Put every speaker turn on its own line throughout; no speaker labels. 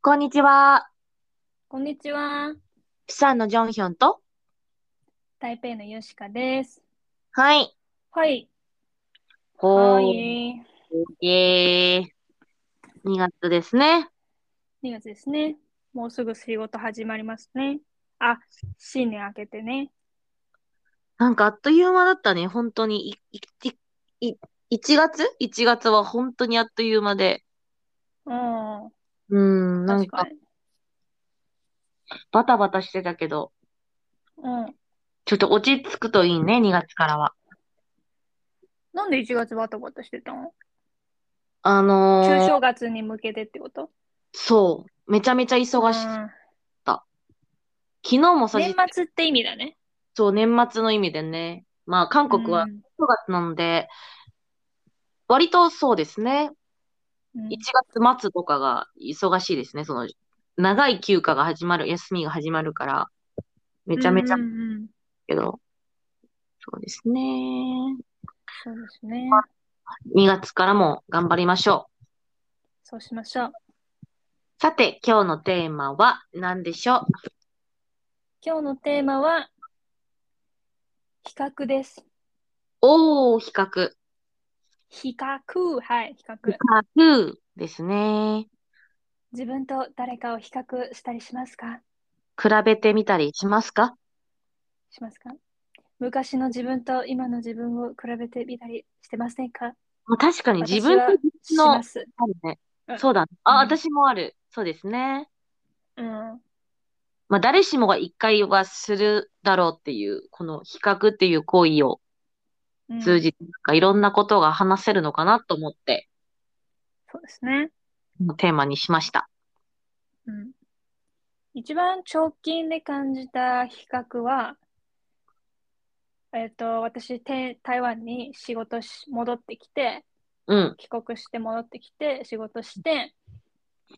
こんにちは。
こんにちは。
プサンのジョンヒョンと。
台北のヨシカです。
はい。
はい。
ほ
は
ー
い。
イエーイ。2月ですね。
2月ですね。もうすぐ仕事始まりますね。あ、新年明けてね。
なんかあっという間だったね。本当に。いいいい1月 ?1 月は本当にあっという間で。
うん。
うーん、なん
確
か
かに。
バタバタしてたけど、
うん。
ちょっと落ち着くといいね、2月からは。
なんで1月バタバタしてたの
あのー
中正月に向けてってこと
そう。めちゃめちゃ忙しい。
うん
昨日もさ、
年末って意味だね。
そう、年末の意味でね。まあ、韓国は
うん
9月なので、割とそうですね。
う
1
ん
月末とかが忙しいですね。その、長い休暇が始まる、休みが始まるから、めちゃめちゃ
うんうんうん
けど、そうですね。
そうですね。
2月からも頑張りましょう。
そうしましょう。
さて、今日のテーマは何でしょう
今日のテーマは、比較です。
おー、比較。
比較。はい、比較
比。較ですね。
自分と誰かを比較したりしますか
比べてみたりしますか
しますか昔の自分と今の自分を比べてみたりしてませんか
まあ確かに自分
私は
と
します。
あるね
うん
そうだね。あ、
うん
私もある。そうですね。
うん。
まあ、誰しもが一回はするだろうっていう、この比較っていう行為を
うん
通じて、なんかいろんなことが話せるのかなと思って、
そうですね。
テーマにしました。
うん。一番直近で感じた比較は、えっ、と、私、て台湾に仕事し、戻ってきて、
うん。
帰国して戻ってきて、仕事して、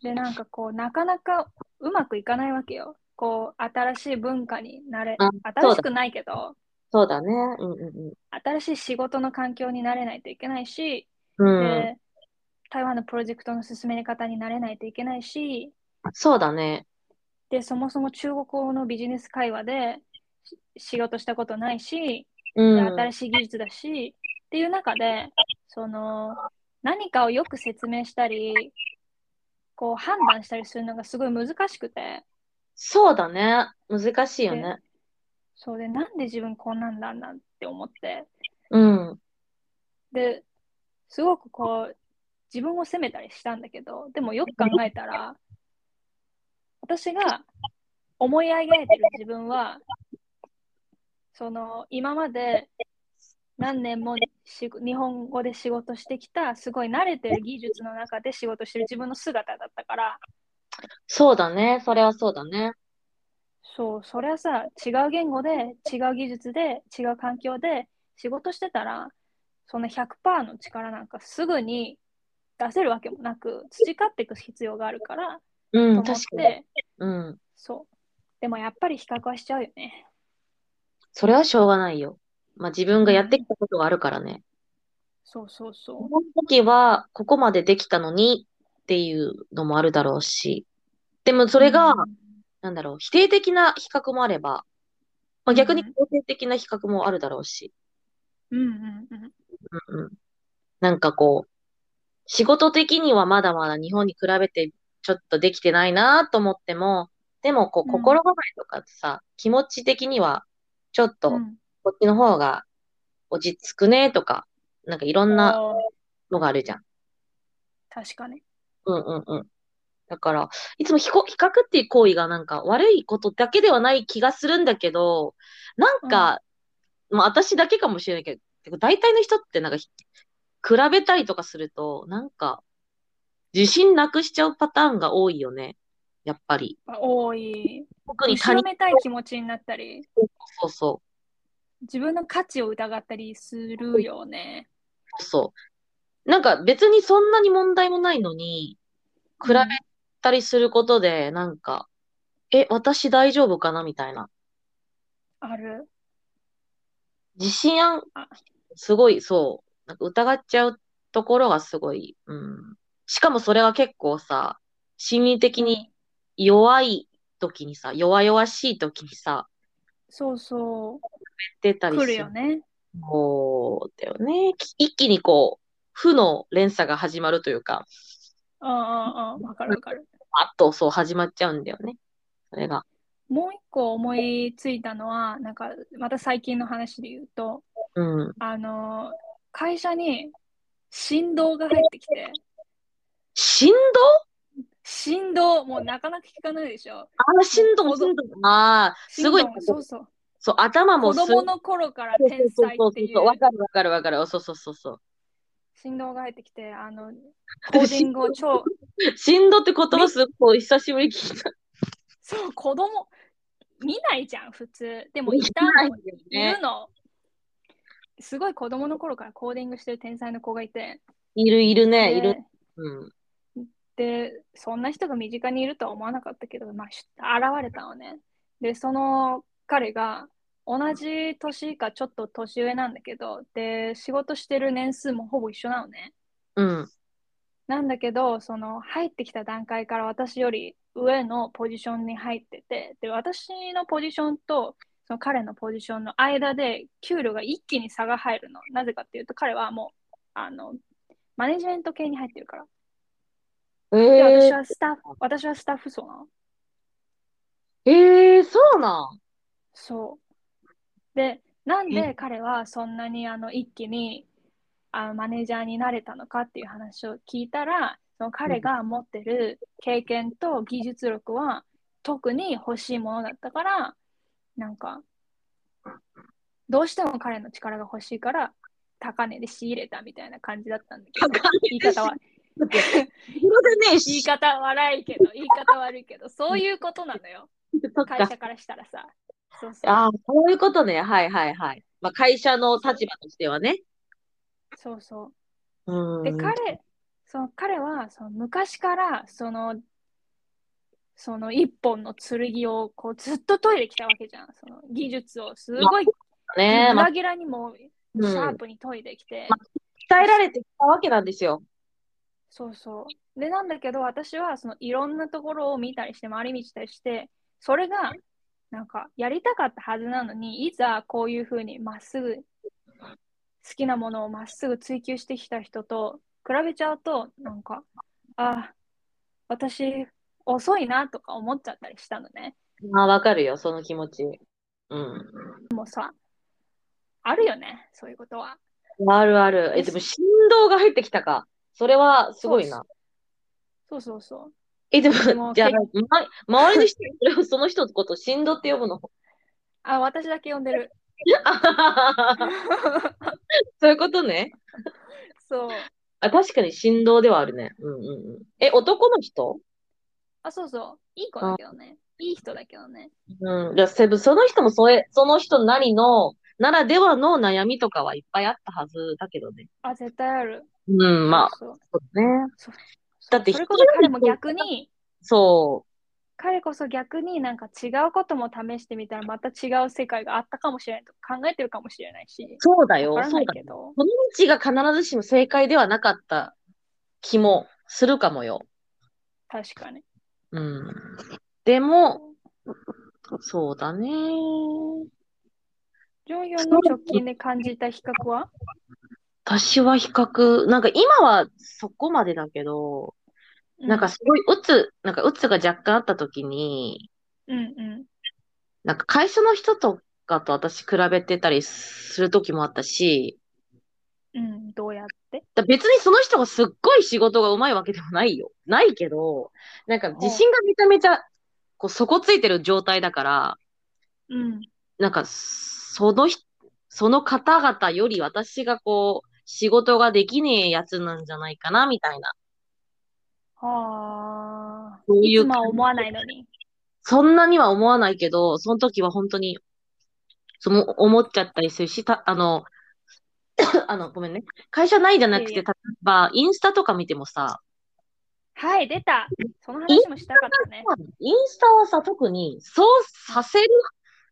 で、なんかこう、なかなかうまくいかないわけよ。こう、新しい文化になれ
あ、
新しくないけど、
そうだね。うんうん
新しい仕事の環境になれないといけないし、
うん。うん。
で台湾のプロジェクトの進め方になれないといけないし
そうだね。
でそもそも中国語のビジネス会話でし仕事したことないし、で
うん。
新しい技術だしっていう中でその何かをよく説明したりこう判断したりするのがすごい難しくて
そうだね。難しいよね。
そうでなんで自分こんなんだなんて思って
うん。
ですごくこう自分を責めたりしたんだけどでもよく考えたら私が思い上げてる自分はその今まで何年もし日本語で仕事してきたすごい慣れてる技術の中で仕事してる自分の姿だったから
そうだね。それはそうだね。
そうそれはさ違う言語で違う技術で違う環境で仕事してたらその100%の力なんかすぐに出せるわけもなく培っていく必要があるから
う
と思
ん、
って、
確かに。うん。
そうでもやっぱり比較はしちゃうよね
それはしょうがないよ。まあ、自分がやってきたことがあるからね。
そうそうそ
この時は、ここまでできたのにっていうのもあるだろうし。でも、
う
それが、
うん
なんだろう、否定的な比較もあれば、まあ、逆に
うん
肯定的な比較もあるだろうし。
うんうん
うんうん。なんかこう、仕事的にはまだまだ日本に比べてちょっとできてないなと思っても、でもこう、
うん
心構えとかさ、気持ち的には、ちょっと
う
こ
ん
っちの方が落ち着くねとか、なんかいろんな
あー
のがあるじゃん。
確かに
うんうんうん。だから、いつも比較比較っていう行為がなんか悪いことだけではない気がするんだけど、なんか、まあ私だけかもしれないけど、大体の人ってなんかひ比べたりとかすると、なんか、自信なくしちゃうパターンが多いよね。やっぱり。
まあ多い
特に他
後
人
ろ、めたい気持ちになったり
そうそ
自分の価値を疑ったりするよね
う、そう。なんか別にそんなに問題もないのに、比べたりすることで、なんか、え、私大丈夫かなみたいな。
ある
自信暗
あ、
すごい、そう、なんか疑っちゃうところがすごい、うん。しかもそれは結構さ、心理的に弱い時にさ、弱々しい時にさ、
そうそう。
出たり
来
す
る
る
よね。
そうだよね。き一気にこう、負の連鎖が始まるというか、
うんうんうん。わかるわかる。
バッとそう始まっちゃうんだよね。それが。
もう一個思いついたのは、なんか、また最近の話で言うと、
うん。
あの、会社に振動が入ってきて、
振動
振動、もうなかなか聞かないでしょ。
あ、振動、
子供
振動。ああ、すごい
振、動そうそう。
そう、頭も
子
す
供の頃から
そう
天才
そう
っ
そう
てい
そう、わ
う
かるわかるわかる。そうそうそうそう。
振動が入ってきて、あの、コーディングを超、
振動って言葉すごい久しぶりに聞いた。
そう、子供、見ないじゃん、普通。でも、い
見
た
ない
の、
よ
い
ね
るの。すごい子供の頃からコーディングしてる天才の子がいて、
いるいるね、いる
で。
うん。
で、そんな人が身近にいるとは思わなかったけど、まあ、し現れたのね。で、その彼が同じ年かちょっと年上なんだけど、で、仕事してる年数もほぼ一緒なのね。
うん。
なんだけど、その入ってきた段階から私より上のポジションに入ってて、で、私のポジションとその彼のポジションの間で給料が一気に差が入るの。なぜかっていうと、彼はもう、あの、マネジメント系に入ってるから。
え
で、私
ー、
はスタッフ、私はスタッフ層なの。
えー、そうなん。
そう。で、なんで彼はそんなにあの一気にあのマネージャーになれたのかっていう話を聞いたら、その彼が持ってる経験と技術力は特に欲しいものだったから、なんか、どうしても彼の力が欲しいから、高値で仕入れたみたいな感じだったんだけど、言い方は、
それでね、
言い
し
方悪いけど、言い方悪いけど、そういうことなのよ。
そっ
会
か。
社からしたらさ。そうそう
ああ、そういうことね。はいはいはい。まあ、会社の立場としてはね。
そうそう。
うん。
で彼その彼はその昔からそのその一本の剣をこうずっと研いできたわけじゃんその技術をすごいギ
ねえ、まあ、
ラギラにもシ
うん
ャープに研いできて、
鍛えられてきたわけなんですよ。
そうそうでなんだけど私はそのいろんなところを見たりして回り道したりしてそれがなんかやりたかったはずなのにいざこういうふうにまっすぐ好きなものをまっすぐ追求してきた人と比べちゃうとなんかあ私遅いなとか思っちゃったりしたのね
まあ、わかるよ、その気持ち。うん。
あるよねそういうことは
あるある。え、でも振動が入ってきたか。それはすごいな。
そうそうそう
え、でも
でも、
じゃあ、
け
ま、周りの人、それをその人のこと を振動って呼ぶの。
あ私だけ呼んでる
そういうことね。
そう
あ、確かに振動ではあるね。うんうんうん。え、男の人
あそうそういい子だけどねいい人だけどね
うん。じゃあ、セブその人もそれ、その人なりの、ならではの悩みとかはいっぱいあったはずだけどね。
あ絶対ある
うん、まあ、
そうそう
そうね。だって
それこそ彼も逆に、
そ
彼こそ逆になんか違うことも試してみたらまた違う世界があったかもしれないとか考えてるかもしれないし
う。、そうだよ。
わから
そ
な
う
い
だ
けど、
この道が必ずしも正解ではなかった気もするかもよ。
確かに。
うん。でも、そうだね。
ジョンヨンの直近で感じた比較は
私は比較、なんか今はそこまでだけど、なんか、すごい鬱、なんか鬱が若干あった時に、
うんうん
なんか会社の人とかと私比べてたりする時もあったし、
うん、うん、どうやって
だ別にその人がすっごい仕事がうまいわけでもないよ。ないけど、なんか自信がめちゃめちゃこう底ついてる状態だから、
うん、
なんか、そのひ、その方々より私がこう、仕事ができねえやつなんじゃないかな、みたいな。
はあ、
そういう
いつもは思わないのに。
そんなには思わないけど、その時は本当に、その、思っちゃったりするし、た、あの、 あの、ごめんね。会社ないじゃなくて、
いえいえ
例えば、インスタとか見てもさ、
はい、出たその話もしたかったね。
インスタはさ、特に、そうさせる、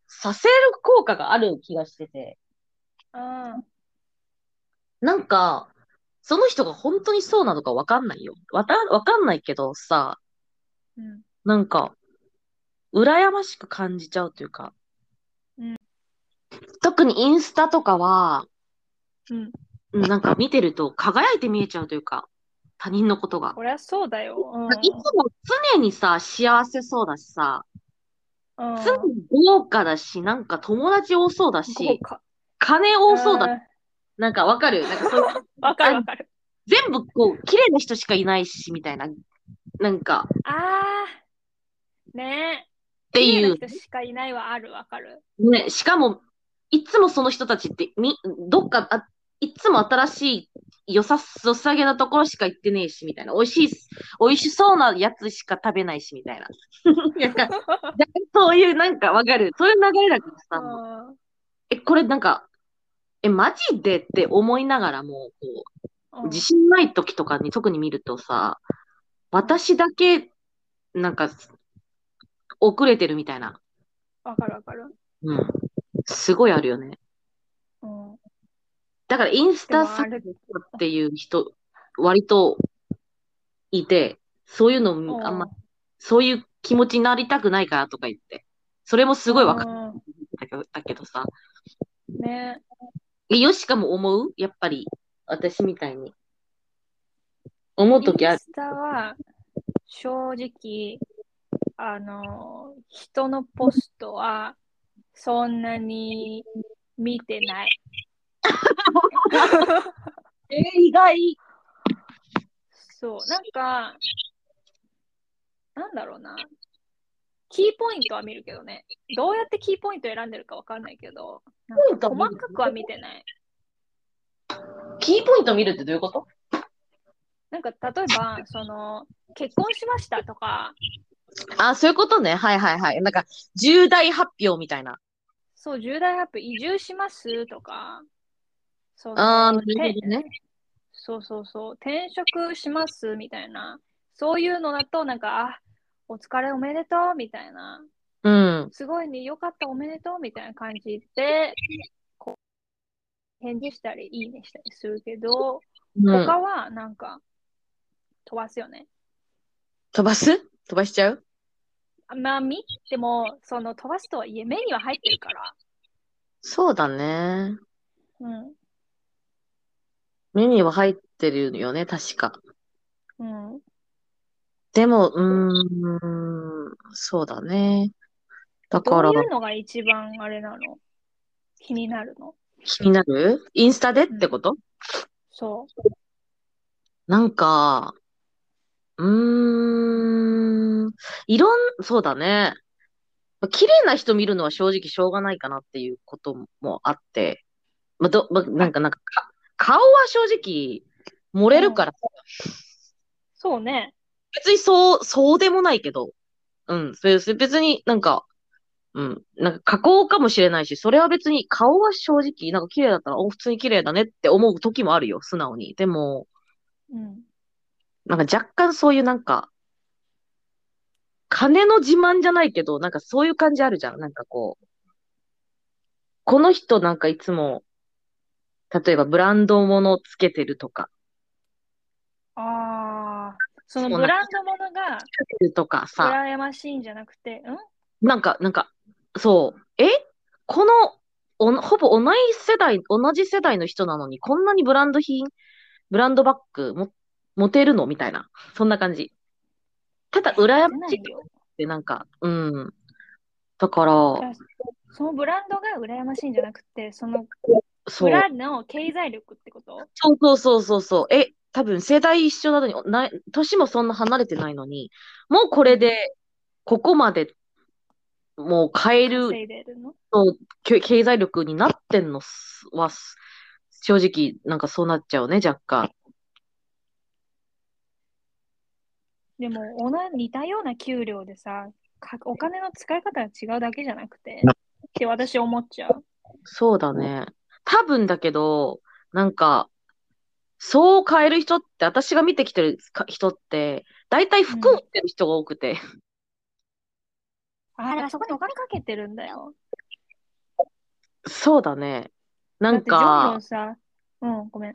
させる効果がある気がしてて、
うん。
なんか、その人が本当にそうなのかわかんないよ。わた、わかんないけどさ、
うん、
なんか、羨ましく感じちゃうというか。
うん
特にインスタとかは、
うん。
うんなんか見てると輝いて見えちゃうというか、他人のことが。
こりゃそうだよ。うん。
いつも常にさ、幸せそうだしさ、
うん
常に豪華だし、なんか友達多そうだ
豪
し、
華。
金多そうだし、
ん。
なんかわかるなんかそういう
わかるわかる。
全部こう、綺麗な人しかいないし、みたいな。なんか、っ
あー。ねえ。って
いう。
人しかいないはあるわかる。
ね、しかも、いつもその人たちって、み、どっか、あ、いつも新しい、良さ、良さげなところしか行ってねえし、みたいな。美味しい、美味しそうなやつしか食べないし、みたいな。なんか、そういう、なんかわかる。そういう流れだから
う。
さ、もうんえ、これなんか、え、マジでって思いながらも、こう、
うん
自信ない時とかに特に見るとさ、私だけ、なんか、遅れてるみたいな。
わかるわかる。
うん。すごいあるよね。
うん。
だからインス
でも
タ
あ
作家
れ
っていう人、割といて、そういうの
うん
あんま、そういう気持ちになりたくないからとか言って。それもすごいわかるん
うん
だけどだけどさ。
ね
え、よしかも思うやっぱり、私みたいに。思う
イン
ときある。
スタは正直、あの、人のポストはそんなに見 てない。
え意外。
そう、なんか、なんだろうな。キーポイントは見るけどね。どうやってキーポイント選んでるかわかんないけど、
ポイント
細かくは見てない。
キーポイント見るってどういうこと
なんか、例えば、その、結婚しましたとか、
あ、そういうことね。はいはいはい。なんか、重大発表みたいな。
そう、重大発表、移住しますとか、そう
あー、な
て
るほどね。
そうそうそう、転職しますみたいな、そういうのだと、なんか、あお疲れおめでとうみたいな、
うん。
すごいね、よかったおめでとうみたいな感じで、こう、返事したり、いいねしたりするけど、
うん、
他はなんか、飛ばすよね。
飛ばす飛ばしちゃう
まあ、見ても、その飛ばすとはいえ、目には入ってるから、
そうだね。
うん、
目には入ってるよね、確か。
うん、
でも、うーん、そうだね。だ
ど
か
う
ら、
いうのが一番あれなの気になるの
気になるインスタでってこと、
そ
なんか、うーん、いろん、そうだね。まあ綺麗な人見るのは正直しょうがないかなっていうこともあって、まあ、ど、まあ、なんか、なんか、か顔は正直漏れるから、
う。そうね。
別にそう、そうでもないけど、うん、そうです別になんか、うん、なんか加工かもしれないし、それは別に顔は正直、なんか綺麗だったら、お、普通に綺麗だねって思う時もあるよ、素直に。でも、
うん。
なんか若干そういうなんか、金の自慢じゃないけど、なんかそういう感じあるじゃん。なんかこう、この人なんかいつも、例えばブランドものつけてるとか、
ああ。そ
そ
の
うなん
ブランドものが
つけてるとかさ、
羨ましいんじゃなくて、うん
なんか、なんか、そう、えこの、おんほぼ同じ世代、同じ世代の人なのに、こんなにブランド品、ブランドバッグも持てるのみたいな、そんな感じ。ただ、羨ま
出な
し
い
いっ
よ。
てなんか、うん。だから、
そのブランドが羨ましいんじゃなくて、その
そう。
裏の経済力ってこと
そうそうそうそうそう。え、多分世代一緒なのに、な、年もそんな離れてないのに、もうこれで、ここまで、もう変える
稼いでるの
経経済力になってんのすは、す正直、なんかそうなっちゃうね、若干。
でも同じ、似たような給料でさ、かお金の使い方が違うだけじゃなくて、って私思っちゃう。
そうだね。多分だけど、なんか、そう変える人って、私が見てきてるか人って、大体服を売ってる人が多くて、
ああ、だからそこにお金かけてるんだよ。
そうだね。な
だっ
ん
てジョンロ
か
ン、さ、うん、ごめん。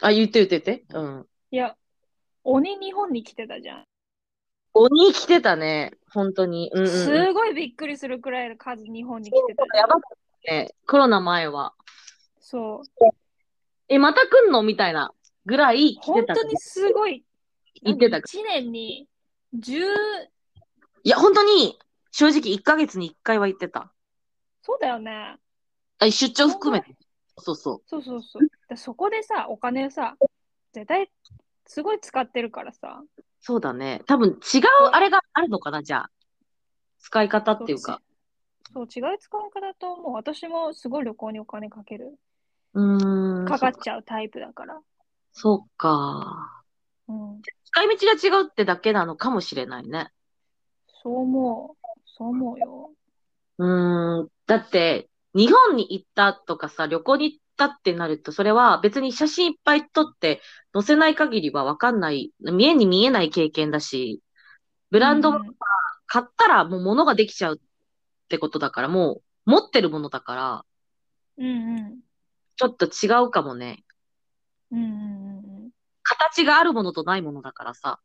あ、言って言って言って。うん。
いや、鬼日本に来てたじゃん。
鬼来てたね。本当に。うん、うんうん。
すごいびっくりするくらいの数、日本に来てたよ。
やばかったね。コロナ前は。
そう。
え、また来んのみたいなぐらい来て
本
た。
当にすごい。
言ってた
1年に10、
いや、本当に、正直1ヶ月に1回は行ってた。
そうだよね。
あ出張含めて。そうそう。
そうそうそう。でそこでさ、お金をさ、絶対すごい使ってるからさ。
そうだね。多分違うあれがあるのかな、じゃあ。使い方っていうか。
そう、違う使い方だと思う。私もすごい旅行にお金かける。
うーん。
かかっちゃうタイプだから。
そうか。
うん。
使い道が違うってだけなのかもしれないね。
そう思う。そう思うよ。
うーん。だって、日本に行ったとかさ、旅行に行ったってなると、それは別に写真いっぱい撮って載せない限りはわかんない、見えに見えない経験だし、ブ
ブ
ランド
う
も
ん、
買ったらもう物ができちゃうってことだから、もう持ってるものだから、
うんうん。
ちょっと違うかもね。
うんうんうん
形があるものとないものだからさ。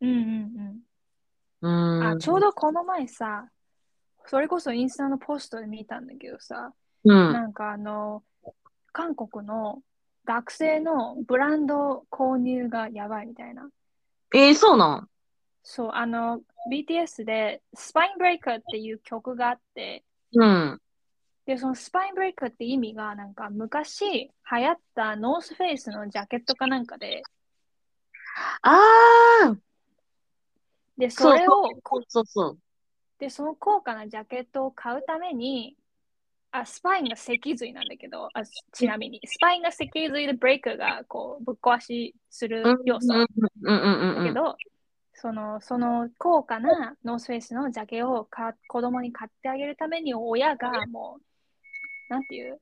うん。うんうん
う
うん。
ーん。
あ、ちょうどこの前さ、それこそインスタのポストで見たんだけどさ、
うん。
なんかあの、韓国の学生のブランド購入がやばいみたいな。
えー、そうなん。
そう、あの、BTS でスパインブレイカーっていう曲があって、
うん。
で、そのスパインブレイカーって意味が、なんか昔流行ったノースフェイスのジャケットかなんかで、
あー
で、
そう
それを、
そうそうそう。
で、その高価なジャケットを買うために、あ、スパインが脊髄なんだけど、あ、ちなみに、スパインが脊髄でブレイカーがこうぶっ壊しする要素。
うんうんうん
だ
う
け
ん。
ど、そのその高価なノースフェイスのジャケをか子供に買ってあげるために親がもう、なんていう、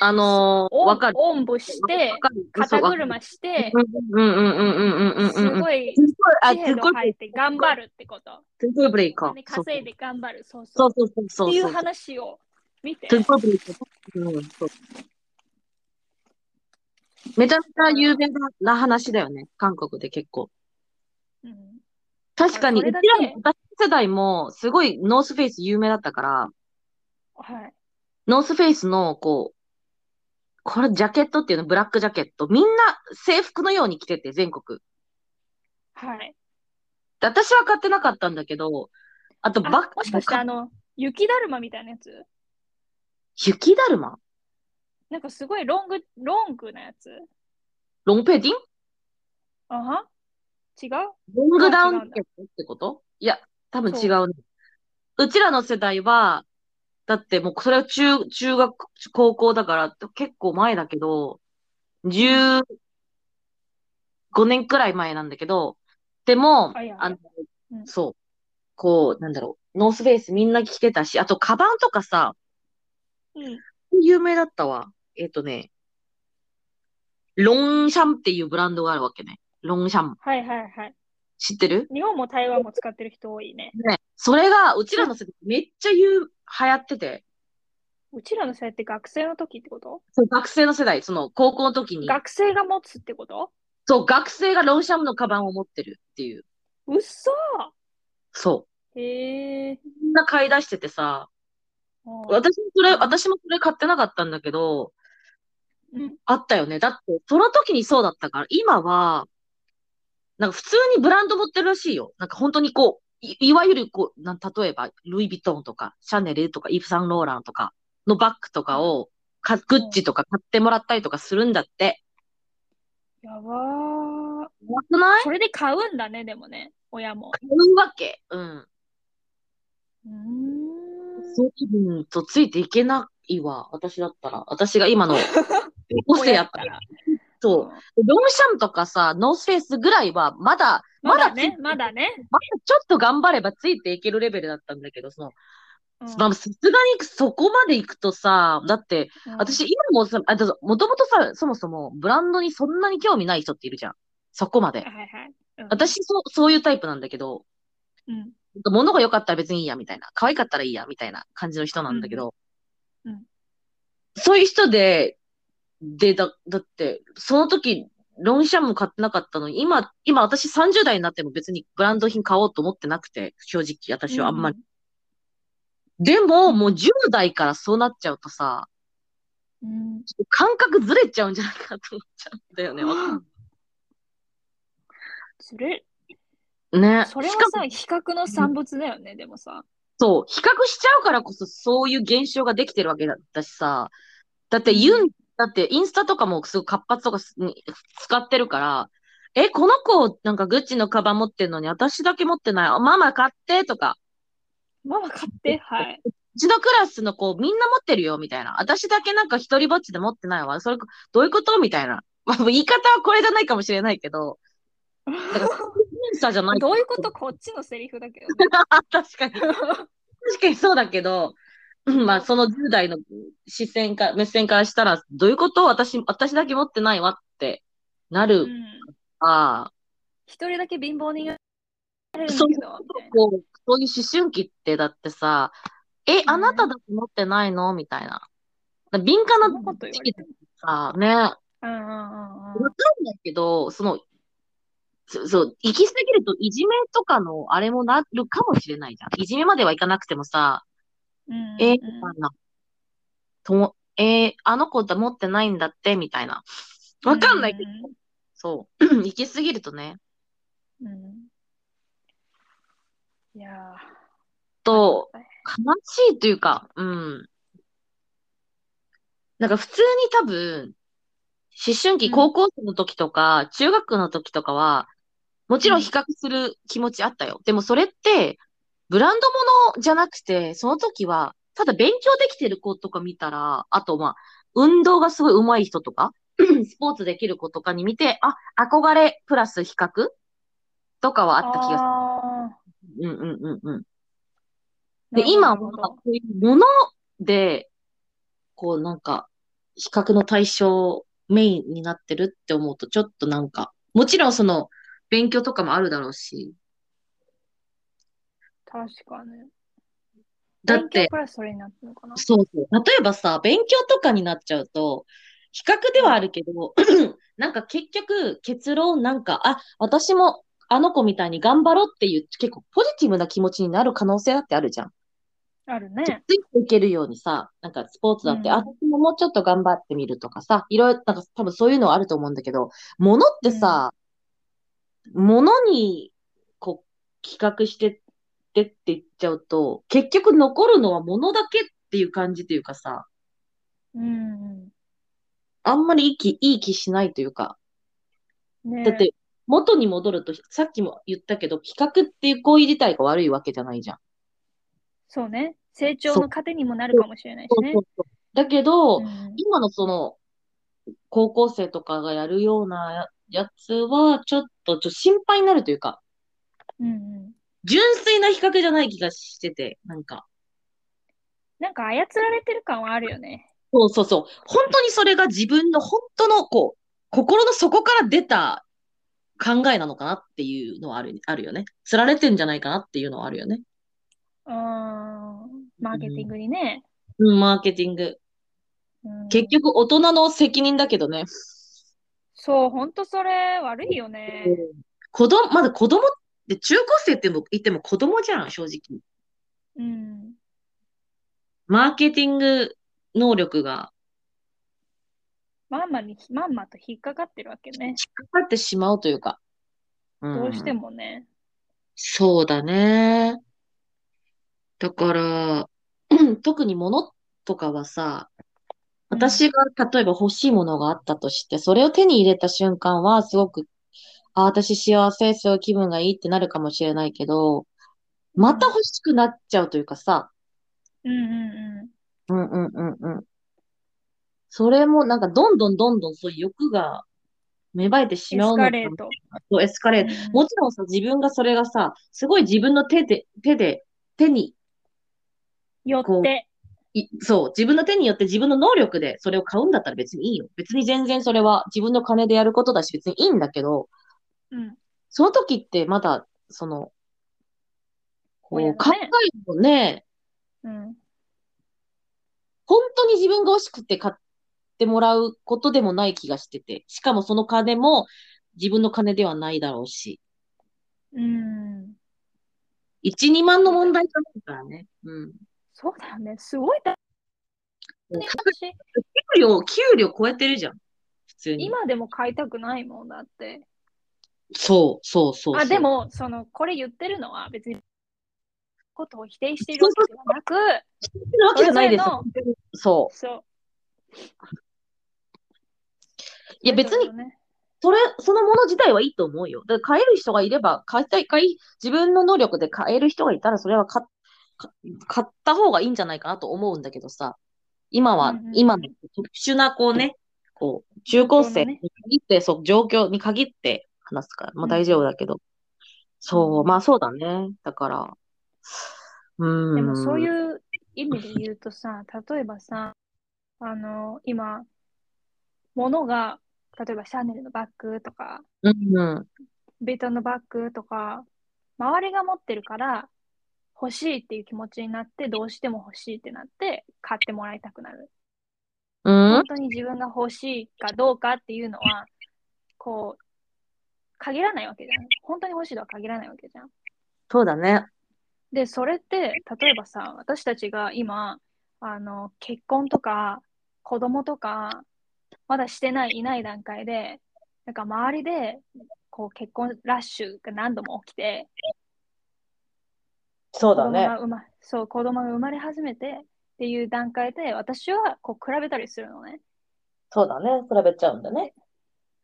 あのー、
お
わ
ん
かる。
おんぶして
わ、かる
肩。
そうわか
車して、
るうんうんうんうんうんうんう
す
んうん。
ごい
すごい、あ、
知
す
恵
ご
度
い、
入って頑張るってこと。
すごいブレイ
お
カー
金。
そう
稼いで頑張る、そう
そ
そう
う。そうそうそう。
っていう
そう
話を 見て。
すごいブレイカー。うん、そう。めちゃめちゃ有名な話だよね。韓国で結構。
うん
確かに、
それ
うち
だ
ら
け
の私世代も、すごいノースフェイス有名だったから、
はい。
ノースフェイスの、こう、これジャケットっていうの、ブラックジャケット。みんな制服のように着てて、全国。
はい。
で私は買ってなかったんだけど、あと
あ
バッ
もしかしてあの、雪だるまみたいなやつ
雪だるま
なんかすごいロング、ロングなやつ
ロングペーティン
あは違う
ロングダウンジャケットってこといや、多分違うね。うちらの世代は、だってもうそれは中、中学、高校だから結構前だけど、15年くらい前なんだけど、でも、
あいや
あの、
うん
そう、こう、なんだろう、ノースフェイスみんな着てたし、あと、カバンとかさ、
うん。
有名だったわ。えっとね、ロンシャンっていうブランドがあるわけね。ロンシャン。
はいはいはい。
知ってる
日本も台湾も使ってる人多いね。
ね、それが、うちらの世代めっちゃ言う、流行ってて、
うちらの世代って学生の時ってこと
そう学生の世代、その高校の時に、
学生が持つってこと
そう、学生がロンシャムのカバンを持ってるっていう、
うっそ
そ
へえ。
う。みんな買い出しててさ、
うん
私もそれ、私もそれ買ってなかったんだけど、
うん
あったよね。だって、その時にそうだったから、今は、なんか普通にブランド持ってるらしいよ。なんか本当にこう、いいわゆるこう、なん例えば、ルイ・ヴィトンとか、シャネルとか、イーブ・サンローランとかのバッグとかを、かグッチとか買ってもらったりとかするんだって。
やばー。
怖くない
それで買うんだね、でもね、親も。
買うわけ。うん。
うーん。
そういうのとついていけないわ。私だったら。私が今 の個性やったら。
ら。
そう。ロンシャムとかさ、ノースフェイスぐらいは、まだ、
ま
まだ
だね、まだね。
まだちょっと頑張ればついていけるレベルだったんだけど、その、
うん
まあさすがにそこまで行くとさ、だって、私、今もさ、あ、もともとさ、そもそもブランドにそんなに興味ない人っているじゃん。そこまで
うん。はいはい。うん、
私、そう、そういうタイプなんだけど、
うん、
物が良かったら別にいいや、みたいな。可愛かったらいいや、みたいな感じの人なんだけど。
うんうん
そういう人で、で、だ、だって、その時、ロンシャンも買ってなかったのに、今、今私30代になっても別にブランド品買おうと思ってなくて、正直私はあんまり。でも、もう10代からそうなっちゃうとさ、
うん。
感覚ずれちゃうんじゃないかと思っちゃうんだよね。わかん
それ、
ね。
それは
しかも
さ、比較の産物だよね、でもさ。
そう、比較しちゃうからこそそういう現象ができてるわけだったしさ、だってユン、だってインスタとかもすごい活発とかすに使ってるから、え、この子なんかグッチのカバン持ってるのに私だけ持ってない、あママ買ってとか、
ママ買って、はい。
うちのクラスの子みんな持ってるよみたいな、私だけなんか一人ぼっちで持ってないわ、それどういうことみたいな。 まあ言い方はこれじゃないかもしれないけど、 だからインスタじゃない。
どういうことこっちのセリフだけどね。
確 かに。確かにそうだけど、うんまあ、その10代の視線か、目線からしたら、どういうこと私、私だけ持ってないわってな
う
る。
ん。
ああ、
一人だけ貧乏になれるんだ
そう
けど、みたいな。
こう、そういう思春期ってだってさ、え、
ん
あなただけ持ってないのみたいな。だ敏感
そん
な
なこと言
時期
われ
ってて
も
さ、ね、わ
うんうんうん
かんないけど、その、そそう、行き過ぎるといじめとかのあれもなるかもしれないじゃん。いじめまではいかなくてもさ、
うん。うん
えー、み
う
たい
ん
な。とも、えーあの子だ持ってないんだって、みたいな。わかんないけど、そう。 行き過ぎるとね。
うんうんいや
と、
ー、
悲しいというか、うん。なんか普通に多分、思春
う
期、
ん
高校生の時とか、中学の時とかは、もちろん比較する気持ちあったよ。でもそれって、ブランド物じゃなくて、その時は、ただ勉強できてる子とか見たら、あとまあ、運動がすごい上手い人と か、スポーツできる子とかに見て、あ、憧れプラス比較とかはあった気がする。
あ
うんうんうんうん。
ー
で、今
な
は、
るほど
そういうもので、こうなんか、比較の対象メインになってるって思うと、ちょっとなんか、もちろんその、勉強とかもあるだろうし、
確かに。
だっ
勉強
て、
プラスそれになったのかな。
そうそう。例えばさ、勉強とかになっちゃうと、比較ではあるけど、 なんか結局、結論、なんか、あ、私もあの子みたいに頑張ろうっていう、結構ポジティブな気持ちになる可能性だってあるじゃん。
あるね。
ついていけるようにさ、なんかスポーツだって、
うん
あ私ももうちょっと頑張ってみるとかさ、いろいろ、なんか多分そういうのはあると思うんだけど、物ってさ、物に、こう、比較してってって言っちゃうと、結局残るのは物だけっていう感じというかさ、
うん。
あんまりいい気、いい気しないというか、
ね
だって、元に戻ると、さっきも言ったけど、比較っていう行為自体が悪いわけじゃないじゃん。
そうね。成長の糧にもなるかもしれないしね。
だけど、
うん
今のその、高校生とかがやるようなややつは、ちょっと、ちょっと心配になるというか、
うんうん。
純粋な比較じゃない気がしてて、なんか。
なんか操られてる感はあるよね。
そうそうそう。本当にそれが自分の本当の、こう、心の底から出た考えなのかなっていうのはある、あるよね。つられてんじゃないかなっていうのはあるよね。
うん。マーケティングにね。
うん、マーケティング。
うん
結局、大人の責任だけどね。
そう、ほんとそれ悪いよね。
子供、まだ子供って、中高生っても言っても子供じゃん、正直。
うん。
マーケティング能力が
まんまに、まんまと引っかかってるわけね。
引っかかってしまうというか。
どうして
も。
もね。
そうだね。だから、 うん特に物とかはさ、
うん
私が例えば欲しいものがあったとして、それを手に入れた瞬間は、すごく、あ、私幸せ、そういう気分がいいってなるかもしれないけど、また欲しくなっちゃうというかさ、
うんうんう
う
ん。
んうんうんうん。それもなんかどんどんどんどんそういう欲が芽生えてし
エ
ま
ス
うの
カ
か
レート。
そうエスカレート。
うん
もちろんさ、自分がそれがさ、すごい自分の手で、手で、手に、
よ
こ
っ
う
て。
いそう、自分の手によって自分の能力でそれを買うんだったら別にいいよ。別に全然それは自分の金でやることだし別にいいんだけど、
うん。
その時ってまだ、その、こう、
親
考
がね
えもね、
うん。
本当に自分が欲しくて買っってもらうことでもない気がしてて、しかもその金も自分の金ではないだろうし、
うん。
1、2万の問題じゃないからね。うん。
そうだよね。すごいだ、
給
ね、私、
料、給料超えてるじゃん。普通に。
今でも買いたくないもんだって。
そう、そう、そうそう。
あ、でも、その、これ言ってるのは別に、ことを否定しているわけではなく、
言ってるわけじゃないです
それぞ。
そう。
そう。
いや別に
そうだよね
それ、そのもの自体はいいと思うよ。だから買える人がいれば、買いたい、買い、自分の能力で買える人がいたら、それは買っか買った方がいいんじゃないかなと思うんだけどさ、今は、
うんうん
今の特殊な、こうね、こう、中高生
本当のね
に限って、そう、状況に限って話すから、まあ大丈夫だけど。そう、まあそうだね。だから、うーん。
でもそう
う、
いう意味で言うとさ、例えばさ、あの、今、物が、例えばシャネルのバッグとか、
うん、うん。
ベトのバッグとか、周りが持ってるから、欲しいっていう気持ちになって、どうしても欲しいってなって、買ってもらいたくなる。
うん
本当に自分が欲しいかどうかっていうのは、こう、限らないわけじゃん。本当に欲しいとは限らないわけじゃん。
そうだね。
で、それって、例えばさ、私たちが今、あの、結婚とか、子供とか、まだしてない、いない段階で、なんか周りで、こう、結婚ラッシュが何度も起きて、
そう
子供が。生ま、そう、子供が生まれ始めてっていう段階で、私は、こう、比べたりするのね。
そうだね。比べちゃうんだね。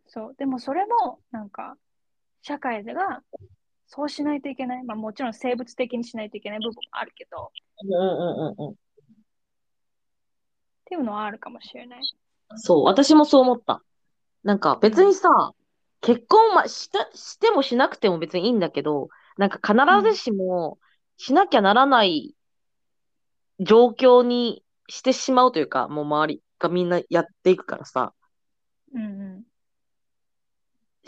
そう。でも、それも、なんか、社会でが、そうしないといけない。まあ、もちろん生物的にしないといけない部分もあるけど、っ
うんうんうんうん。
ていうのはあるかもしれない。
そう、私もそう思った。なんか別にさ、結婚はした、してもしなくても別にいいんだけど、なんか必ずしもしなきゃならない状況にしてしまうというか、もう周りがみんなやっていくからさ、
うんうん。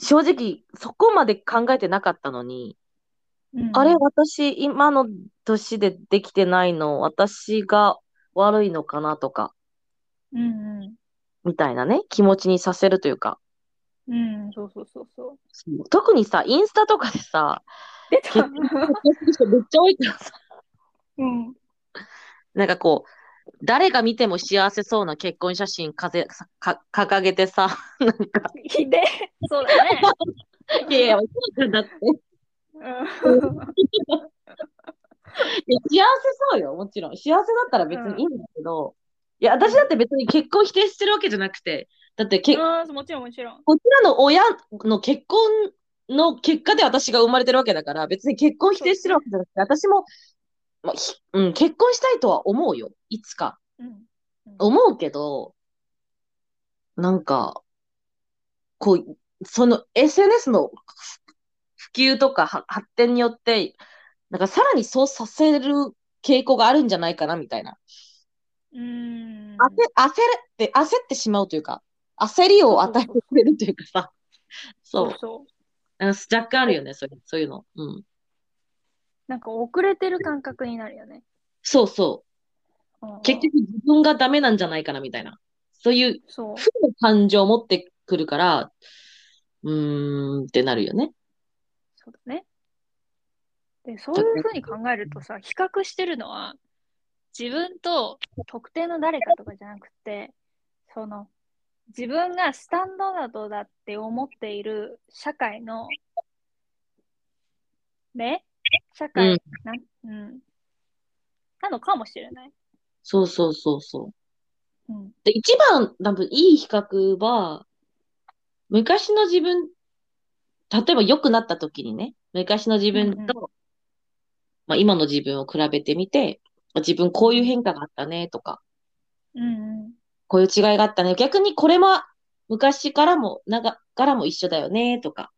正直そこまで考えてなかったのに、
うん
あれ、私今の年でできてないの、私が悪いのかなとか、
うんう
みたいなね、気持ちにさせるというか、
ん。うん、そうそうそうそう。
特にさ、インスタとかでさ、
出た。
結めっちゃ多いからさ。
うん。
なんかこう、誰が見ても幸せそうな結婚写真かぜか掲げてさ、なんか、
ひでえ。そうだね。
いやいや、お父さんだって。
うん
いや幸せそうよ、もちろん。幸せだったら別にいいんだけど、いや、私だって別に結婚否定してるわけじゃなくて、だってけ、
うん、もちろんもちろん。
こちらの親の結婚の結果で私が生まれてるわけだから、別に結婚否定してるわけじゃなくて、私も、まあひうん、結婚したいとは思うよ、いつか。
うん。うん
思うけど、なんか、こう、その SNS の普及とかは発展によって、なんかさらにそうさせる傾向があるんじゃないかなみたいな。
う
焦
ん。
焦れって、焦ってしまうというか、焦りを与えてくれるというかさ、そう
そ
う、
そう。
なんか若干あるよね、そういうそういうの。うん。
なんか遅れてる感覚になるよね。
そうそ
うん
う。結局自分がダメなんじゃないかなみたいな。そういう
そう。
負の感情を持ってくるから、うーんってなるよね。
そうだね。で、そういうふうに考えるとさ、比較してるのは、自分と特定の誰かとかじゃなくて、その、自分がスタンダードだって思っている社会の、ね、社会、
うん
なん、うん、なのかもしれない。
そうそうそうそう。
うん、
で、一番多分いい比較は、昔の自分、例えば良くなった時にね、昔の自分と、
うんうん
まあ、今の自分を比べてみて、あ自分こういう変化があったねとか、
うん、うん、
こういう違いがあったね。逆にこれは昔からも、なが、からも一緒だよねとか、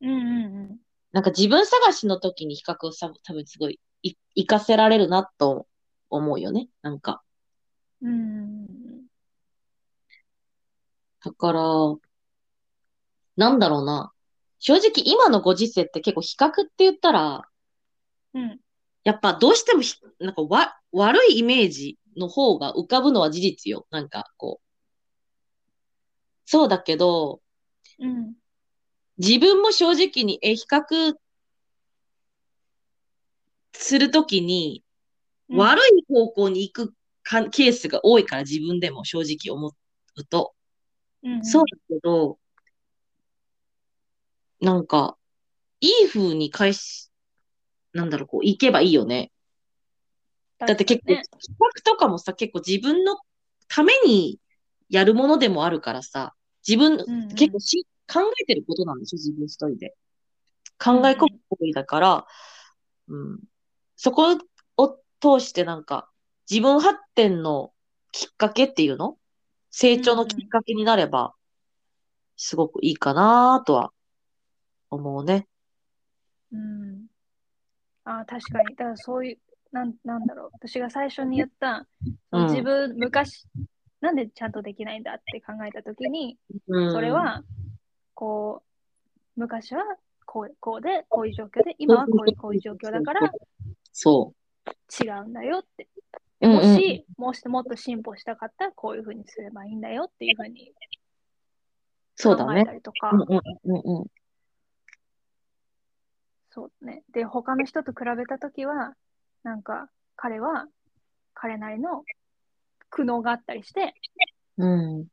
うん、うん、
なんか自分探しの時に比較をさ、多分すごい、い、活かせられるなと思うよね。なんか。
うん、うん、
だから、なんだろうな。正直今のご時世って結構比較って言ったら、
うん、
やっぱどうしてもひなんかわ悪いイメージの方が浮かぶのは事実よ。なんかこそうだけど、
うん。
自分も正直に、え、比較するときに、
うん
悪い方向に行くかケースが多いから、自分でも正直思うと。
うんうん
そうだけど、なんか、いい風に返し、なんだろう、こう、行けばいいよね。だって結構、
確か
企画とかもさ、結構自分のためにやるものでもあるからさ、自分、
にねうんうん
結構し考えてることなんでしょ、自分一人で。考え込む行為だから、うん、そこを通してなんか、自分発展のきっかけっていうの成長のきっかけになれば、すごくいいかなとは思うね。
うん。ああ、確かに。だからそういう、なん、なんだろう。私が最初に言った、
うん
自分、昔、なんでちゃんとできないんだって考えたときに、
うん、
それ、は、こう、昔はこう、こうで、こういう状況で、今はこういう、こういう状況だから
そ
違うんだよって。
う。
も
うんうん
し、もしもっと進歩したかったら、こういうふうにすればいいんだよっていうふうに
そうだ
考え
ね
た。りとか
うん、うんうんうん。
そうね。で、他の人と比べたときは、なんか、彼は、彼なりの苦悩があったりして、
うん。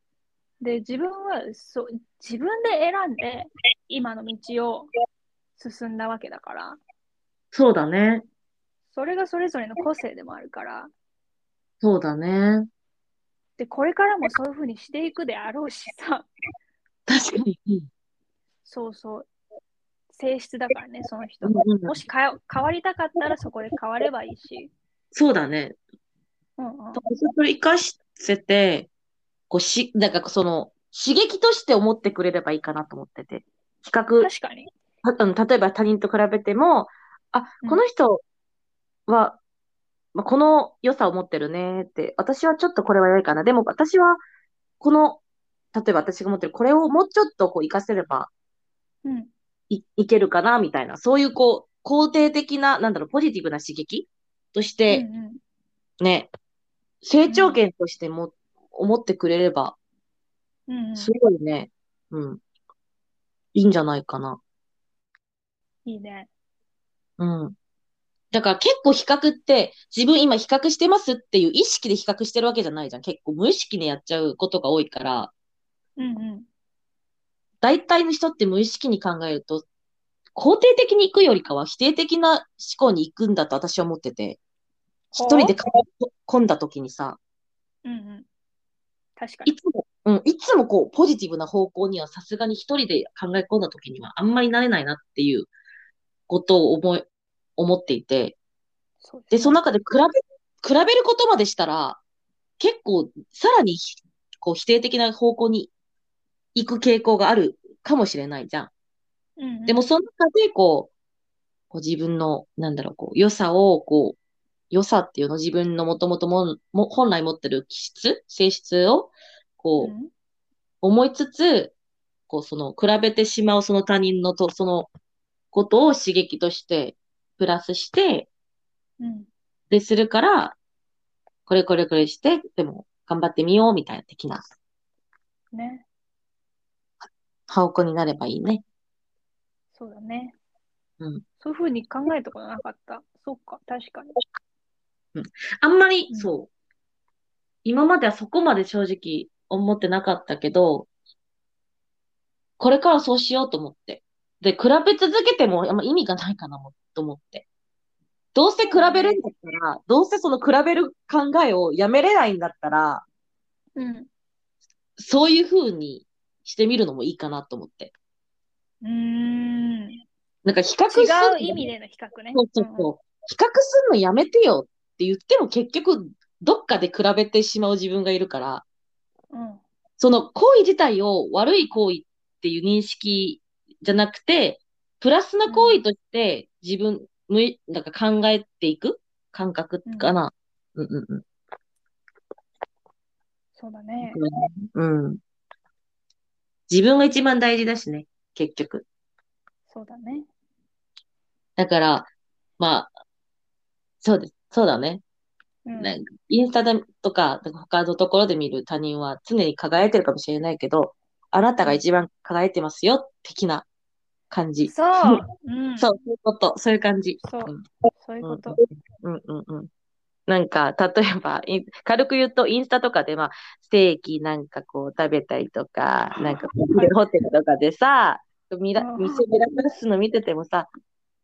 で、自分は、そう、自分で選んで、今の道を進んだわけだから、
そうだね。
それがそれぞれの個性でもあるから、
そうだね。
で、これからもそういうふうにしていくであろうしさ、
確かに。
そうそう、性質だからね、その人
うん
の。
うん
もし変え変わりたかったら、そこで変わればいいし、
そうだね。
うんうん、
それ生かしてて、こうし、だからその、刺激として思ってくれればいいかなと思ってて。比較、
確かに。
たあの例えば他人と比べても、あ
う、ん
この人は、まあ、この良さを持ってるねって、私はちょっとこれは良いかな。でも私は、この、例えば私が持ってるこれをもうちょっとこう活かせれば
うん、
いいけるかな、みたいな。そういうこう、肯定的な、なんだろう、ポジティブな刺激とし
う
て、
んうん、
ね、成長源としても、思ってくれれば、
うんうん
すごいね、うん、いいんじゃないかな。
いいね。
うん。だから結構比較って、自分今比較してますっていう意識で比較してるわけじゃないじゃん。結構無意識でやっちゃうことが多いから、
うんうん。
大体の人って無意識に考えると、肯定的に行くよりかは否定的な思考に行くんだと私は思ってて、一
ほう
人で考え込んだ時にさ、
うんうん。確かに
い。つも、うん、いつもこう、ポジティブな方向にはさすがに一人で考え込んだ時にはあんまりなれないなっていうことを思い、思っていて、
そう
で、その
ね
中で比べ、比べることまでしたら、結構、さらにひ、こう、否定的な方向に行く傾向があるかもしれないじゃん。
うんうん
でも、その中で、こう、こう自分の、なんだろう、こう、良さを、こう、良さっていうの、自分のもともとも、も、本来持ってる気質、性質を、こう、
うん
思いつつ、こう、その、比べてしまうその他人のと、そのことを刺激として、プラスして、
うん
で、するから、これこれこれして、でも、頑張ってみよう、みたいな的な
ね。
方向になればいいね。
そうだね。
うん
そういうふうに考えたことなかった。そうか、確かに。
あんまり、
うん
そう。今まではそこまで正直思ってなかったけど、これからそうしようと思って。で、比べ続けてもあんま意味がないかなも、と思って。どうせ比べるんだったら、どうせその比べる考えをやめれないんだったら、
うん。
そういう風にしてみるのもいいかなと思って。
うーん。違
なんか比較する
う意味での比較ね。
そうそうそう。比較するのやめてよって言っても結局、どっかで比べてしまう自分がいるから、
うんうん。
その行為自体を悪い行為っていう認識じゃなくて、プラスな行為として自分、むいなんか考えていく感覚かな。うんうんうん
そうだね。
うん。うん。自分が一番大事だしね、結局。
そうだね。
だから、まあ、そうです。そうだね。
うん。
なんかインスタだとか、他のところで見る他人は常に輝いてるかもしれないけど、あなたが一番輝いてますよ、的な感じ。
そう、うん、
そう、そういうこと、そういう感じ。
そう
うん
そういう
う
こ
ん
と。
うんうんうん。なんか、例えば、イン軽く言うと、インスタとかで、まあ、ステーキなんかこう食べたりとか、なんかこう
はい
ホテルとかでさ、ミラ、
うん
店ミラクルすの見ててもさ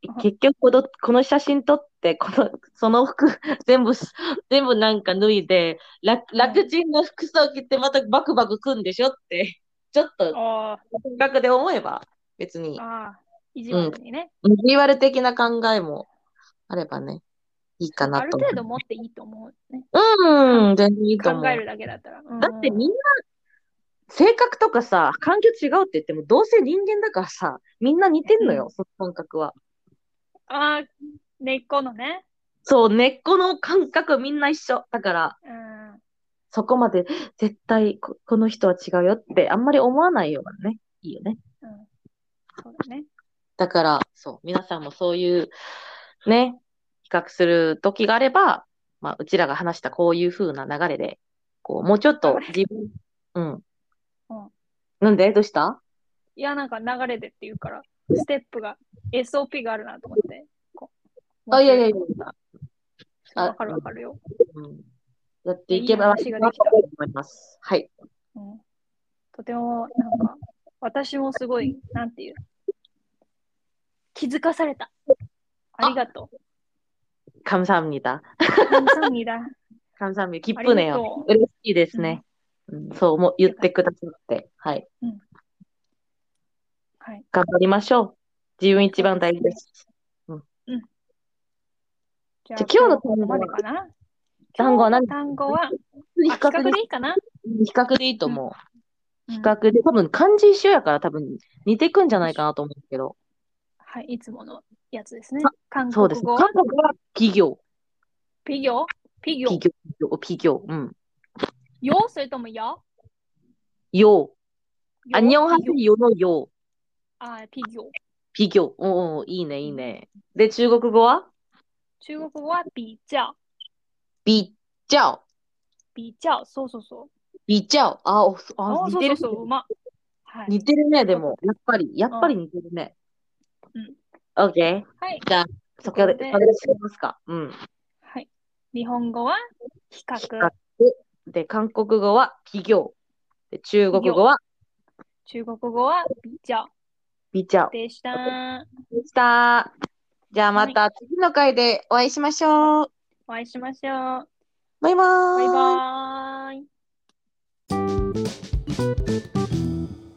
うん、
結局この、この写真撮って、この、その服、 全部、全部なんか脱いで、楽、楽ちんの服装着て、またバクバクくんでしょって、ちょっと、
あ
感覚で思えば、別に
ー、あー、意地悪にね、
ビジュアル的な考えもあればね、いいかな
ある
と思う。
程度持っていいと思う、ね。
うん、全然いいと思う。
考える
だ
だけだったら。
って
うん
みんな、性格とかさ、環境違うって言っても、どうせ人間だからさ、みんな似てんの
う
よ、その感覚は。
ああ、根っこのね。
そう、根っこの感覚みんな一緒。だから、
うん。
そこまで絶対ここの人は違うよって、あんまり思わないようなね、いいよね。
うん、そうだね。
だから、そう、皆さんもそういう、ね、比較する時があれば、まあ、うちらが話したこういう風な流れで、こう、もうちょっと自分、うん。
うん
なんでどうした
いや、なんか流れでっていうから、ステップが、SOP があるなと思って。こう
あ、いやいやいや。あ
わかるわかるよ。
うんやっていけば、
いい話ができた
と思います。はい。
うん、とても、なんか、私もすごい、なんていう。気づかされた。ありがとう。
カムサハムニダ。
感謝にだ。
カムサハムニダ。切
あ
符
り
ね
が
よ。
と
嬉しいですね。うん、そうも言ってくださって。はい。
う。はい。
頑張りましょう。自分一番大事です。
じゃ
じゃあ今日の
ここまでかな
単語は何
今日の単語は、
比
あ比較
較で
でいいかな
比較でいいと思う。
比
比較で、多分漢字一緒やから多分似てくんじゃないかなと思うけど。
はい、いつものやつですね。韓
そう
国
ですね。
語、
韓国は企業、
ピギョ、ピギョ
企、業、企業、うん。
よ、それともや、
よう。あ、
よ
日本発
ピギョ
よのよう。
あ、ピギョ。
企業。おお、いいね、いいね。で、中国語は
中国語は比較、
比較。
比較、そうそうそう。
比較。あ、おあ
お
似てる。
そうそうそう、うま。はい。
似てるね、でも。やっぱり、やっぱり似てるね。
うん。
オッケ
はい。
ー。じゃあ、そこで、
で
それでしますか。うん。
はい、日本語は比較
比較で、韓国語は企業。で、中国
企
語
業
は
中国語は比較
比較。
でした。
でした。じゃあまた次の回でお会いしましょう。
お会いしましょう。
バイバー
バイバーイ。